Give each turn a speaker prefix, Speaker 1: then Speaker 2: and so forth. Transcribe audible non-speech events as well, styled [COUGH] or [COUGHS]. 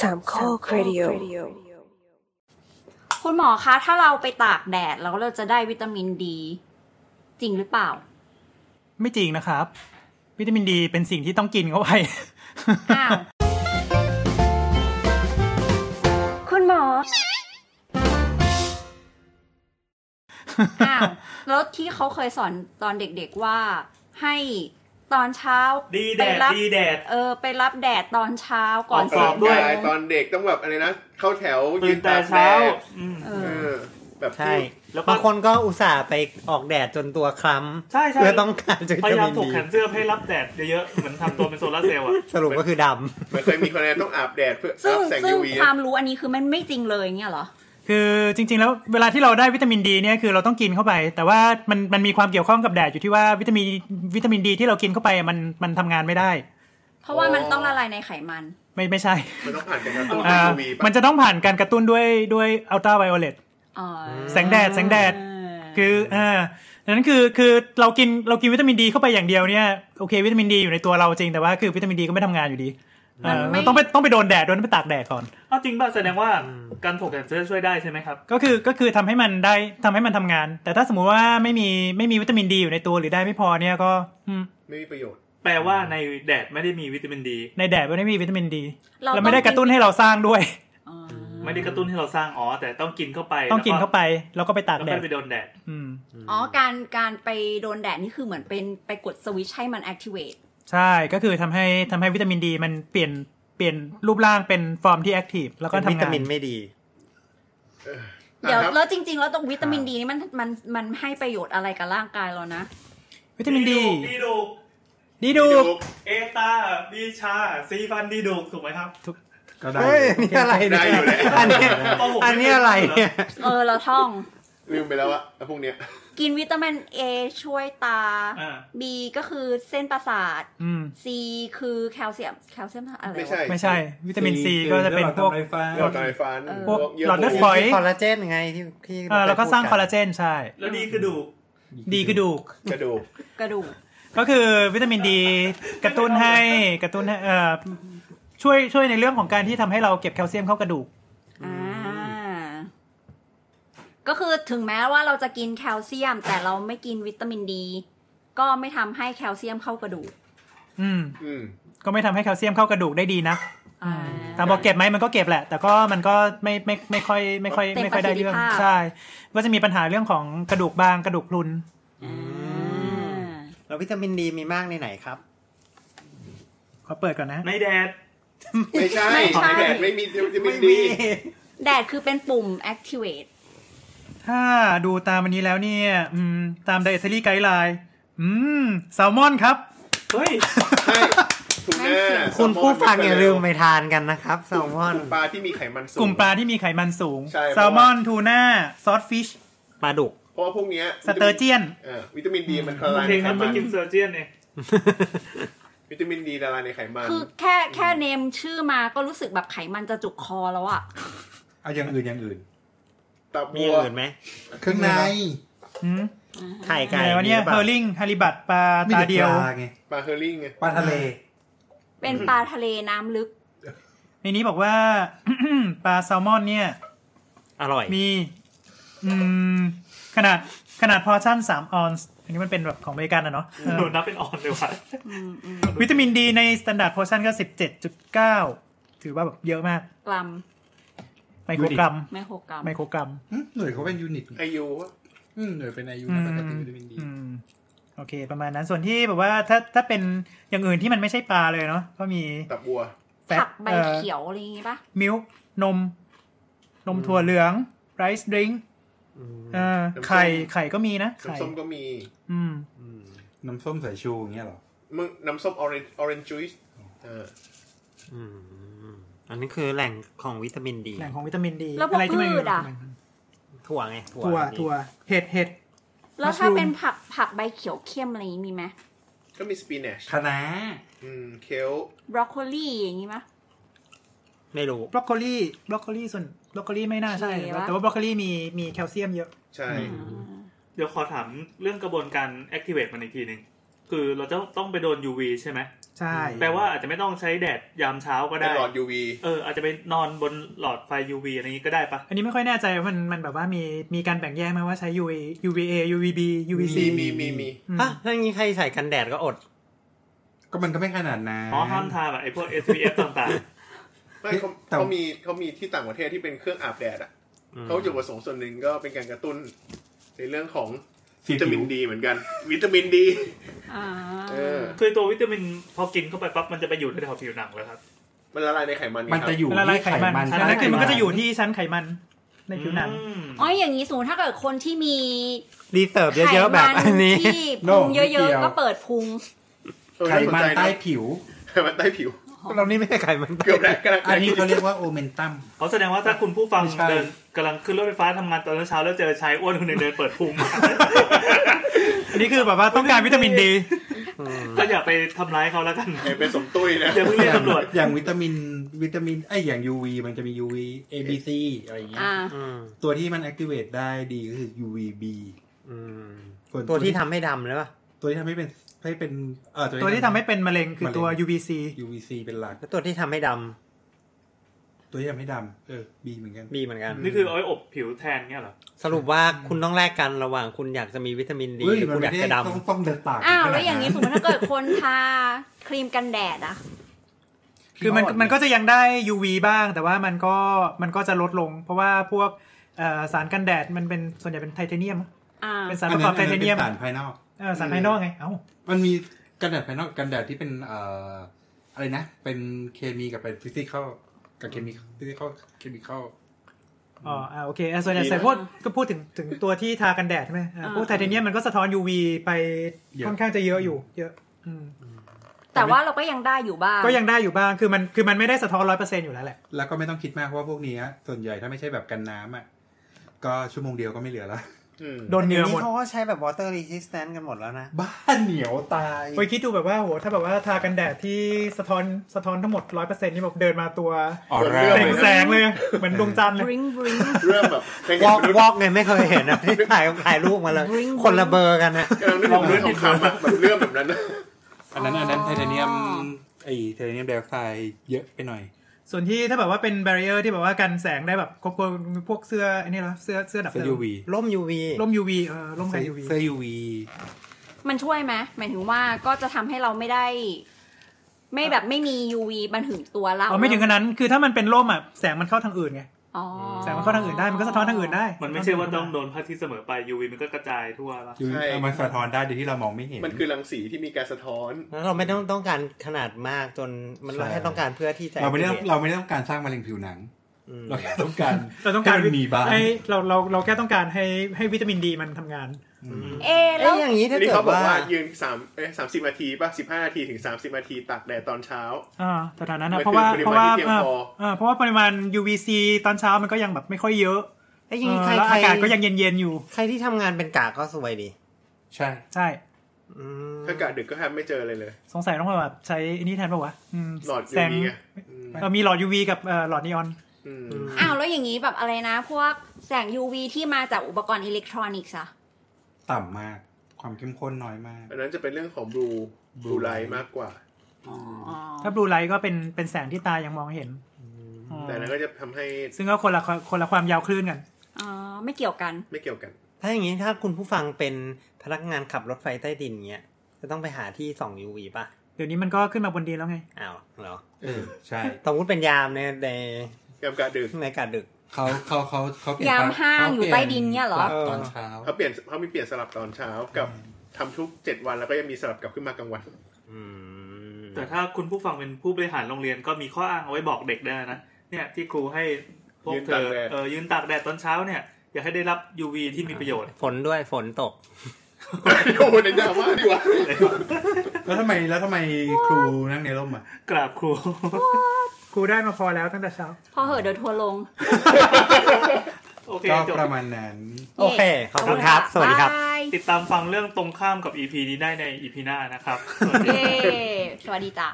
Speaker 1: สามข้อครดิโอ
Speaker 2: คุณหมอคะ ถ้าเราไปตากแดดแล้วเราจะได้วิตามินดี จริงหรือเปล่า
Speaker 3: ไม่จริงนะครับ วิตามินดีเป็นสิ่งที่ต้องกินเข้าไป
Speaker 2: อ้าว คุณหมอ อ้าวแล้วที่เขาเคยสอนตอนเด็กๆว่า ให้ตอนเช้า
Speaker 4: ดีแด
Speaker 2: ไป
Speaker 4: ด
Speaker 2: รับ
Speaker 4: ดีแดด
Speaker 2: เออ ไปรับแดดตอนเช้าก่อน
Speaker 4: ออกกรอบด้วย
Speaker 2: สี่โมง
Speaker 5: ตอนเด็กต้องแบบอะไรนะ เข้าแถว
Speaker 4: ตื่
Speaker 5: ยื
Speaker 4: น
Speaker 5: น
Speaker 4: แต่
Speaker 5: ตากแด
Speaker 4: เช้า
Speaker 5: ด
Speaker 4: อืม
Speaker 2: เอ
Speaker 5: เอ
Speaker 2: อ
Speaker 5: อ แบบที่
Speaker 3: [LAUGHS]
Speaker 6: ใช่
Speaker 4: แล้วก็
Speaker 6: บางคนก็อุตส่าห์ไปออกแดดจนตัวคล้ำ
Speaker 4: ใช่ใช่
Speaker 6: เพื่อต้องการจะ
Speaker 4: พ
Speaker 6: วิ
Speaker 4: ยายา
Speaker 6: ตาม มิน
Speaker 4: ถก
Speaker 6: ดี
Speaker 4: แขนเสื้อให้รับแดดเยอะๆ เหมือนทำตัวเป็นโซลาร์เซลล์อ่ะ
Speaker 6: สรุปก็คือด
Speaker 5: มันเคยมีคนแนนต้องอาบแดดเพื่อ
Speaker 2: ซึ่ง
Speaker 5: รับแสง
Speaker 2: ซึ่ง
Speaker 5: UV
Speaker 2: ความรู้อันนี้คือมันไม่จริงเลยเงี้ยเหรอ
Speaker 3: คือจริง ๆ แล้วเวลาที่เราได้วิตามินดีเนี่ยคือเราต้องกินเข้าไป แต่ว่ามันมันมีความเกี่ยวข้องกับแดดอยู่ที่ว่าวิตามินวิตามินดีที่เรากินเข้าไปมันมันทำงานไม่ได้
Speaker 2: เพราะว่า
Speaker 5: อ๋อ
Speaker 2: มันต้องละลายในไขมัน
Speaker 3: ไม่ไม่ใช่
Speaker 5: มันต้องผ่านการกระตุ้น
Speaker 3: อ่า
Speaker 5: ด้วย UV
Speaker 3: มันจะต้องผ่านการกระตุ้นด้วยด้วยอัลตราไวโอเลต
Speaker 2: อ๋อ
Speaker 3: แสงแดดแสงแดด
Speaker 2: คือ
Speaker 3: คืออ่าดังนั้นคือคือเรากินเรากินวิตามินดีเข้าไปอย่างเดียวเนี่ยโอเควิตามินดีอยู่ในตัวเราจริงแต่ว่าคือวิตามินดีก็ไม่ทำงานอยู่ดีเออมันต้องไปต้องไปโดนแดดโดนไปตากแดดก่อน
Speaker 4: อ้าวจริงป่ะแสดงว่าการถกแขนเสื้อช่วยได้ใช่ไหมครับ
Speaker 3: ก็คือก็คือทำให้มันได้ทำให้มันทำงาน แต่ถ้าสมมุติว่าไม่มีไม่มีวิตามินดีอยู่ในตัวหรือได้ไม่พอเนี่ยก็อืม
Speaker 5: ไม่มีประโยชน์
Speaker 4: แปลว่าในแดดไม่ได้มีวิตามินดี
Speaker 3: ในแดดไม่ได้มีวิตามินดี
Speaker 2: เรา
Speaker 3: แล้วไม่ได้กระตุ้นให้เราสร้างด้วย
Speaker 2: อ๋อ
Speaker 4: ไม่ได้กระตุ้นให้เราสร้างอ๋อแต่ต้องกินเข้าไป
Speaker 3: ต้องกินเข้าไปแล้วก็ไปตาก
Speaker 4: แล้ว
Speaker 3: แด
Speaker 4: ก็
Speaker 3: ด
Speaker 4: ไปโดนแดด
Speaker 3: อืม
Speaker 2: อ๋อ การการไปโดนแดดนี่คือเหมือนเป็นไปกดสวิตช์ให้มัน activate
Speaker 3: ใช่ก็คือทำให้ทำให้วิตามินดีมันเปลี่ยนเปลี่ยนรูปร่างเป็นฟอร์มที่แอคทีฟ
Speaker 6: ำ
Speaker 3: แล้วก็
Speaker 6: เป็นวิตาง
Speaker 3: ทำาน
Speaker 6: มินไม่ดี
Speaker 2: เดี๋ยว
Speaker 5: อ่าครับ
Speaker 2: แล้วจริง ๆ แล้วตรงวิตามินดีนี่มันมันมันให้ประโยชน์อะไรกับร่างกายเรานะ
Speaker 3: วิตามินดี
Speaker 4: ดีดูก
Speaker 3: ดีดู
Speaker 5: ดู
Speaker 4: เอตาบีชาซีฟันดีดูกถูกไหมครับ
Speaker 6: ก็ได้ยอันนี่อะไร
Speaker 5: ได้อยู่แล้ว
Speaker 6: อันนี้อันนี้อะไรเนี่ย
Speaker 2: เออ เราท่อง [LAUGHS]
Speaker 5: ลืมไปแล้วอะไอ้พวกเนี้ย
Speaker 2: กินวิตามิน A ช่วยตา
Speaker 4: อ่า
Speaker 2: B ก็คือเส้นประสาท
Speaker 3: อืม
Speaker 2: C คือแคลเซียมแคลเซียมอะไรวะ
Speaker 5: ไม่ใช่
Speaker 3: ไม่ใช่วิตามินซีก็จะเป็นพวก
Speaker 5: หลอดไฟฟ้า
Speaker 2: เออ
Speaker 3: พวก
Speaker 5: ยื่
Speaker 3: หลอดเลือด
Speaker 5: มู
Speaker 3: ฝอย
Speaker 6: คอลลาเจนไงที่ที่
Speaker 3: เออแล้วก็สร้างคอลลาเจนใช่
Speaker 4: แล้วดีคือดูก
Speaker 3: ดีกระดูก
Speaker 5: กระดูก
Speaker 2: กระดูก
Speaker 3: ก็คือวิตามินดีกระตุ้นให้กระตุ้นให้เอ่อช่วยช่วยในเรื่องของการที่ทำให้เราเก็บแคลเซียมเข้ากระดูก
Speaker 2: อ่า ก็คือถึงแม้ว่าเราจะกินแคลเซียม แต่เราไม่กินวิตามินดี ก็ไม่ทำให้แคลเซียมเข้ากระดูก
Speaker 3: อืม
Speaker 5: อืม
Speaker 3: ก็ไม่ทำให้แคลเซียมเข้ากระดูกได้ดีนะ
Speaker 2: อ่า
Speaker 3: แต่บอกเก็บไหมมันก็เก็บแหละ แต่ก็มันก็ไม่ไม่ไม่ค่อยไม่ค่อยไม่ค่อยได้เรื่อง
Speaker 2: เต็มประสิทธิภาพ
Speaker 3: ใช่ ก็จะมีปัญหาเรื่องของกระดูกบางกระดูกพรุน
Speaker 2: อ่า
Speaker 6: แล้ววิตามินดีมีมากในไหนครับ
Speaker 3: ขอเปิดก่อนนะ
Speaker 4: ในแดด
Speaker 5: ไม่ใช่ในแดดไม่มีวิตามินดี
Speaker 2: แดดคือเป็นปุ่ม activate
Speaker 3: ถ้าดูตามอันนี้แล้วเนี่ยอืมตามไดอารี่ไกด์ไลน์อืมแซลมอนครับ
Speaker 4: เฮ้ย
Speaker 5: ใช่ทูน่า
Speaker 6: คุณผู้ฟังอย่าลืม
Speaker 5: ไป
Speaker 6: ไปทานกันนะครับแซลมอน
Speaker 5: ปลาที่มีไขมันสูง
Speaker 3: กลุ่มปลาที่มีไขมันสูง
Speaker 5: ใช่
Speaker 3: แซลมอนทูน่าซอสฟิช
Speaker 6: ปลาดุก
Speaker 5: เพราะว่าพวกเนี้ย
Speaker 3: สเตอร์เจียน
Speaker 5: อ่าวิตามินดีมันละ
Speaker 4: โอ
Speaker 5: ลาย
Speaker 4: เค
Speaker 5: ใน
Speaker 4: ค
Speaker 5: ไข
Speaker 4: รับไป
Speaker 5: มัน
Speaker 4: กินเซอร์เจียนเนี่ย
Speaker 5: วิตามินดีละลายในไขมัน
Speaker 2: คือแค่แค่เนมชื่อมาก็รู้สึกแบบไขมันจะจุกคอแล้วอะ
Speaker 7: เอาอย่างอื่นอย่างอื่น
Speaker 5: ตับ
Speaker 6: มีอ
Speaker 5: วั
Speaker 6: ย่าว งอื่นไหม
Speaker 7: เครื่องใน
Speaker 3: อืม
Speaker 6: ไข่ไก่
Speaker 3: อะไรวะเนี่ย
Speaker 6: มีหรือ
Speaker 3: เฮ
Speaker 6: ป
Speaker 3: อ
Speaker 6: ล่า
Speaker 3: ร์ลิงฮาริบัตปลาตาเดียว
Speaker 7: ปลาไง
Speaker 5: ปลาเฮอร์ริ่งไง
Speaker 7: ปลาทะเล
Speaker 2: เป็นปลาทะเลน้ำลึก
Speaker 3: ในนี้บอกว่า [COUGHS] ปลาแซลมอนเนี่ย
Speaker 6: อร่อย
Speaker 3: มี อืม ขนาดขนาดพอชั่นสามออนซ์อันนี้มันเป็นแบบของอเมริกันอะเนาะเอ
Speaker 4: โด
Speaker 3: อน
Speaker 4: นับเป็นออนเลยว่ะ
Speaker 3: วิตามินดีในสแตนดาร์ดพอชั่นก็สิบเจ็ดจุดเก้าถือว่าแบบเยอะมาก
Speaker 2: กรัม
Speaker 3: ไมโครกรัม
Speaker 2: ไมโครกรัม
Speaker 3: ไมโครกรัม
Speaker 7: หึหน่วยเขาเป็นยูนิตไง
Speaker 5: อายุวะ
Speaker 7: อืมหน่วยเป็นอายุ
Speaker 3: อื
Speaker 7: นะ
Speaker 3: ม
Speaker 7: ปกติวิตามินดี
Speaker 3: อืมโอเค ประมาณนั้นส่วนที่แบบว่าถ้าถ้าเป็นอย่างอื่นที่มันไม่ใช่ปลาเลยเนาะก็มี
Speaker 5: ตับวัว
Speaker 3: แฟ
Speaker 2: ผั
Speaker 3: ต
Speaker 2: กใบเขียวอะไรอย่างงี้ปะ
Speaker 3: มิลนม นมถั่วเหลืองไรซ์ดริงอ่า
Speaker 5: น้ำส้ม
Speaker 3: ไข่ไข่ก็มีนะ ไข่
Speaker 5: น้ำส้มก็มี
Speaker 3: อืม
Speaker 7: น้ำส้มสายชูอย่างเงี้ยเหรอ
Speaker 5: มึงน้ำส้มออเรนจ์ออเรนจ์จูสอ่า
Speaker 6: อืมอันนี้คือแหล่งของวิตามินดี
Speaker 3: แหล่งของวิตามินดี
Speaker 2: แล้วพวก
Speaker 3: ไรที่
Speaker 2: พื
Speaker 3: มัน
Speaker 2: ชอะ
Speaker 6: ถั่วไง
Speaker 3: ถั่วถั่วเห็ดเห็ด
Speaker 2: แล้วถ้า
Speaker 3: mushroom
Speaker 2: เป็นผักผักใบเขียวเข้มอะไรอย่างงี้มีไหม
Speaker 5: ก็มีสปินแนช
Speaker 7: คะน้า
Speaker 5: อืมเคล
Speaker 2: บรอกโคลีอย่างงี้ปะ
Speaker 6: ไม่รู้
Speaker 3: บรอกโคลีบรอกโคลีส่วนบรอกโคลีไม่น่าใช่
Speaker 2: โอเควะ
Speaker 3: แต่ว่าบรอกโคลีมีมีแคลเซียมเยอะ
Speaker 5: ใช่
Speaker 4: เดี๋ยวขอถามเรื่องกระบวนการ activate มันอีกทีหนึ่งคือเราจะต้องไปโดน UV ใช่ไหม
Speaker 1: ใช่
Speaker 4: แปลว่าอาจจะไม่ต้องใช้แดดยามเช้าก็
Speaker 5: เป็น
Speaker 4: ได้
Speaker 5: หลอด UV
Speaker 4: เอออาจจะไปนอนบนหลอดไฟ UV อะไรอย่างนี้ก็ได้ปะ
Speaker 3: อันนี้ไม่ค่อยแน่ใจว่ามันมันแบบว่ามีมีการแบ่งแยกไหมว่าใช้ UV UVA UVB
Speaker 5: มี
Speaker 3: UVC
Speaker 5: มีมีมี
Speaker 3: อืม
Speaker 6: อ่ะถ้าอย่างนี้ใครใส่กันแดดก็อด
Speaker 7: ก็มันก็ไม่ขนาดนั้น
Speaker 4: อ๋อห้ามทาแบบไอ้พวก SPF ต่าง
Speaker 5: ไม่เขา
Speaker 7: แต่
Speaker 5: เขามีเขามีที่ต่างประเทศที่เป็นเครื่องอาบแดดอ่ะ
Speaker 6: อืม
Speaker 5: เขาจุดประสงค์ส่วนหนึ่งก็เป็นการกระตุ้น ในเรื่องของ
Speaker 7: สี
Speaker 5: วิตา
Speaker 7: ผิ
Speaker 5: มิ
Speaker 7: วน
Speaker 5: ดีเหมือนกัน วิตามินดี
Speaker 2: อ่า
Speaker 5: เออ
Speaker 4: ๆ คือตัววิตามินพอกินเข้าไปปั๊บมันจะไปอยู่แถวๆผิวหนังแล้วครับ
Speaker 5: มันละลายในไขมันนี่
Speaker 7: มัน
Speaker 5: ครับ
Speaker 7: จะอยู่
Speaker 3: ละลาย
Speaker 7: ที่
Speaker 3: ไขมัน
Speaker 4: ใช่
Speaker 3: อันนั้นคือมันก็จะอยู่ที่ชั้นไขมันในผิวหนัง
Speaker 4: อืม
Speaker 2: อ๋ออย่างนี้สูถ้าเกิดคนที่มี
Speaker 6: รีเสิร์ฟเยอะๆ แบบอันนี้
Speaker 2: ไขมัที่พุงเยอะๆก็เปิดพุง
Speaker 5: เออ
Speaker 7: ไข
Speaker 5: น่าส
Speaker 7: มัน
Speaker 5: ใจ
Speaker 7: ใต้
Speaker 5: นะ
Speaker 7: ผิว
Speaker 5: ไขมันใต้ผิว
Speaker 6: เรานี่ไม่ใช่ไขมัน
Speaker 5: เกือบแล้วกำลัง
Speaker 7: อันนี้เขาเรียกว่าโอเมนตัม
Speaker 4: เขาแสดงว่าถ้าคุณผู้ฟัง
Speaker 7: ไม่ใช่
Speaker 4: เดินกำลังขึ้นรถไฟฟ้าทำงานตอนเช้าแล้วเจอชายอ้วนคนหนึ่งเดินเปิดพุง
Speaker 3: อันนี้คือแบบว่าต้องการวิตามินดี
Speaker 4: [LAUGHS] ก็อย่าไปทำร้ายเขาแล้วกัน
Speaker 5: ไอ้เป็นสมตุ้ยนะ
Speaker 4: อย่าเพิ่งเรียกตำรวจ
Speaker 7: อย่างวิตามินวิตามินไอยอย่าง UV มันจะมี UV A B C อะไรอย่างเงี้ย
Speaker 2: อ่า
Speaker 6: อืม
Speaker 7: ตัวที่มัน activate ได้ดีก็คือ UV B
Speaker 6: อืม
Speaker 7: ส่วน
Speaker 6: ตัวที่ทำให้ดำเลยป่ะ
Speaker 7: ตัวที่ทำให้เป็นให้เป็นเอ่อ
Speaker 3: ตัวที่ทำให้เป็นมะเร็งคือตัว UVC
Speaker 7: UV C เป็นหลัก
Speaker 6: แล้วตัวที่ทำให้ดำ
Speaker 7: ตัวที่ทำให้ดำเออ B เหมือนกัน
Speaker 6: บีเหมือนกัน
Speaker 4: นี่คือเอาไว้อบผิวแทนเงี้ยเหรอ
Speaker 6: สรุปว่าคุณต้องแลกกันระหว่างคุณอยากจะมีวิตามินดี
Speaker 7: เฮ้ย
Speaker 6: หรือ
Speaker 7: มัน
Speaker 6: คุณอ
Speaker 7: ไม่
Speaker 6: ยาก
Speaker 7: ได้
Speaker 6: จะด
Speaker 7: ต้องต้องเดินตาก
Speaker 2: อ้าว
Speaker 7: ขด
Speaker 2: แล้วอย่างนี้
Speaker 7: นี้
Speaker 2: สมมติถ้าเกิดคนทาครีมกันแดดอะ
Speaker 3: คือมันมันก็จะยังได้ UV บ้าง แต่ว่ามันก็มันก็จะลดลง เพราะว่าพวกเอ่อสารกันแดดมันเป็นส่วนใหญ่เป็นไทเทเนียม
Speaker 2: อ่า
Speaker 3: เป็นสารประกอบไทเทเนียม
Speaker 7: สารภายนอก
Speaker 3: เออสารภายนอกไง เอ้า
Speaker 7: มันมีกันแดดภายนอกกันแดดที่เป็นเอ่ออะไรนะ เป็นเคมีกับเป็นฟิสิกอลกับเคมีฟิสิกอลเคมีคอล
Speaker 3: อ๋ออ่าโอเคอ่ะส่วนใหญ่ใส่พวกก็พูดถึงถึงตัวที่ทากันแดดใช่ไหมอ่า
Speaker 2: อ่า
Speaker 3: พวกไทเทเนียมมันก็สะท้อน UV ไป
Speaker 7: เยอะ
Speaker 3: ค่อนข้างจะเยอะอยู่ เยอะอืม
Speaker 2: แต่ว่าเราก็ยังได้อยู่บ้าง
Speaker 3: ก็ยังได้อยู่บ้าง คือมันคือมันไม่ได้สะท้อนร้อยเปอร์เซ็นต์อยู่แล้วแหละ
Speaker 7: แล้วก็ไม่ต้องคิดมากเพราะว่าพวกเนี้ยส่วนใหญ่ถ้าไม่ใช่แบบกันน้ำอ่ะ ก็ชั่วโมงเดียวก็ไม่เหลือแล้ว [LAUGHS]
Speaker 5: อืม
Speaker 3: โดน
Speaker 6: ำ
Speaker 3: เห
Speaker 6: เดี๋
Speaker 3: งื่
Speaker 6: ย
Speaker 3: อ
Speaker 6: ว
Speaker 3: หม
Speaker 6: นี้
Speaker 3: ด
Speaker 6: เขาก็ใช้แบบ water resistant กันหมดแล้วนะ
Speaker 7: บ้านเหนียวตาย
Speaker 3: ไปคิดดูแบบว่าโหถ้าแบบว่าทากันแดดที่สะท้อนสะท้อนทั้งหมดร้อยเปอร์เซ็นต์นี่แบบเดินมาตัว
Speaker 7: ออร่า
Speaker 3: เปล่งแสงเลยเหมือนดวงจันทร์เลย
Speaker 2: bring bring
Speaker 5: เริ่มแบบเคยเห็
Speaker 6: วน อล์ก
Speaker 5: มนุ
Speaker 6: ว
Speaker 5: ษย์
Speaker 6: อล์กไงไม่เคยเห็นนะที่ [LAUGHS] ถ่ายถ่ายรูปมาเลย คนละเบอร์กันนะ
Speaker 5: กำลังนึกถึงเรื่องของคำอะแบบเรื่องแบบนั้นนะ
Speaker 7: อันนั้นอันนั้นไทเทเนียมไอไทเทเนียมไดออกไซด์เยอะไปหน่อย
Speaker 3: ส่วนที่ถ้าแบบว่าเป็นแบร r เออร์ที่แบบว่ากันแสงได้แบบครบครัวพวกเสื้ออันนี้เหรอเสื้อเสื้อดับเพ
Speaker 7: เสื้
Speaker 3: ลิ
Speaker 7: อ
Speaker 3: ง
Speaker 7: UV
Speaker 6: ร่ม UV
Speaker 3: ร่ม UV เออร่มกัน UV
Speaker 7: เสื้อ UV
Speaker 2: มันช่วยไหมหมายถึงว่าก็จะทำให้เราไม่ได้ ไม่แบบไม่มี UV มันถึงตัวเรา
Speaker 3: อ๋อไม่ถึงขนาดนั้นคือถ้ามันเป็นร่มอ่ะแสงมันเข้าทางอื่นไง
Speaker 2: อ๋อ
Speaker 3: แสงมันเข้าทางอื่นได้มันก็สะท้อนทางอื่นได้
Speaker 4: มันไม่ใช่ว่าต้องโดนพระอาทิตย์เสมอไป UV มันก็กระจายทั่วละ
Speaker 7: UV เอามาสะท้อนได้โดยที่เรามองไม่เห็น
Speaker 5: มันคือรังสีที่มีการสะท้อน
Speaker 6: แล้วเราไม่ต้องต้องการขนาดมากจนมันเรา
Speaker 7: ใช่
Speaker 6: แค่ต้องการเพื่อที่จะ
Speaker 7: เราไม่ได้ต้องเราไม่ได้ต้องการสร้างมะเร็งผิวหนัง
Speaker 6: อืม
Speaker 7: เราแค่ต้องการ
Speaker 3: เราต้องการ
Speaker 7: ให้มันมีบ้าง
Speaker 3: ให้เราเราเราแค่ต้องการให้ให้วิตามินดีมันทำงาน
Speaker 2: เอะแล้
Speaker 6: เอ้
Speaker 2: วย
Speaker 6: อย่างนี้ถ้า
Speaker 5: นี่
Speaker 6: เกิ
Speaker 5: เขา
Speaker 6: ด
Speaker 5: บอก
Speaker 6: ว่า
Speaker 5: ว่ายืนสามเอ๊ะสามสิบนาทีป่ะสิบห้านาทีถึงสามสิบนาทีตากแดดตอนเช้า
Speaker 3: อ่าแต่ฐานั้นนะ
Speaker 5: มันคือ
Speaker 3: เพราะว่า
Speaker 5: ปริ
Speaker 3: เพราะ
Speaker 5: มา
Speaker 3: ว่า
Speaker 5: ณที่เพียงพอ
Speaker 3: เออเออเพราะว่าปริมาณ UVC ตอนเช้ามันก็ยังแบบไม่ค่อยเยอะ
Speaker 6: ไอ้ยอย่างนี้
Speaker 3: เออ
Speaker 6: ใคร
Speaker 3: แล้ว
Speaker 6: ใคร
Speaker 3: อากาศก็ยังเย็นๆอยู่
Speaker 6: ใครที่ทำงานเป็นกะก็สวยดี
Speaker 7: ใช่
Speaker 3: ใช่
Speaker 6: อืม
Speaker 5: ถ้ากะดึกก็แทบไม่เจออะไรเลย
Speaker 3: สงสัยต้องแบบใช้อันนี้แทนป่าวะอืม
Speaker 5: หลอด
Speaker 3: แสง
Speaker 5: UV ไงอืม
Speaker 3: เออมีหลอด UV กับเอ่อหลอดนีออน
Speaker 5: อืม
Speaker 2: อ้าวแล้วอย่างนี้แบบอะไรนะ พวกแสง UV ที่มาจากอุปกรณ์อิเล็กทรอนิกส์อะ
Speaker 7: ต่ำมากความเข้มข้นน้อยมาก
Speaker 5: อันนั้นจะเป็นเรื่องของบลูบลูไลท์มากกว่า
Speaker 3: ถ้าบลูไลท์ก็เป็นเป็นแสงที่ตายังมองเห็นอ๋อ
Speaker 5: แต่อันนั้นก็จะทำให้
Speaker 3: ซึ่งก็คนละคนละความยาวคลื่นกัน
Speaker 2: อ๋อไม่เกี่ยวกัน
Speaker 5: ไม่เกี่ยวกัน
Speaker 6: ถ้าอย่างนี้ถ้าคุณผู้ฟังเป็นพนักงานขับรถไฟใต้ดินเงี้ยจะต้องไปหาที่ส่อง UV ป่ะ
Speaker 3: เดี๋ยวนี้มันก็ขึ้นมาบนดินแล้วไง
Speaker 6: อ้าวเหรอ
Speaker 7: เออ ใช่
Speaker 6: สมมติเป็นยามในใน
Speaker 5: ยามกะดึก
Speaker 6: ในกะดึก
Speaker 7: เขาเขาเขาเขาเปลี่ยน
Speaker 2: ยา
Speaker 7: ป
Speaker 2: ม
Speaker 7: ลั๊ก
Speaker 2: ห้าง
Speaker 7: เข
Speaker 2: อยู่
Speaker 7: ปลี่
Speaker 2: ใต้ดินเนี่ยเหรอ
Speaker 7: ปลั๊กตอนเช้า
Speaker 5: เขาเปลี่ยนเขามีเปลี่ยนสลับตอนเช้ากับทำทุกเจ็ดวันแล้วก็ยังมีสลับกลับขึ้นมากลางวัน [LAUGHS]
Speaker 6: อืม
Speaker 4: แต่ถ้าคุณผู้ฟังเป็นผู้บริหารโรงเรียนก็มีข้ออ้างเอาไว้บอกเด็กได้นะเนี่ยที่ครูให้พวกเธอ
Speaker 5: ยืนตากแดด
Speaker 4: เออยืนตากแดดตอนเช้าเนี่ยอยากให้ได้รับ UV ที่มีประโยชน์
Speaker 6: ฝนด้วยฝนตก
Speaker 5: โอ้ยในดราม่าดีกว่า
Speaker 7: แล้วทำไมแล้วทำไมครูนั่งในร่มอ่ะ
Speaker 4: กราบครู
Speaker 3: ครูได้มาพอแล้วตั้งแต่เช้า
Speaker 2: พอเหอะเดี๋ยวทัวร์ลง
Speaker 4: โอเค
Speaker 7: ก็
Speaker 4: จบ
Speaker 7: ประมาณนั้น
Speaker 6: โอเค ขอบคุณครับ สวัสดีครับ
Speaker 2: ย
Speaker 4: [LAUGHS] ติดตามฟังเรื่องตรงข้ามกับ EP นี้ได้ใน EP หน้านะครับสวัสดี
Speaker 2: เย้สวัสดีจ้ะ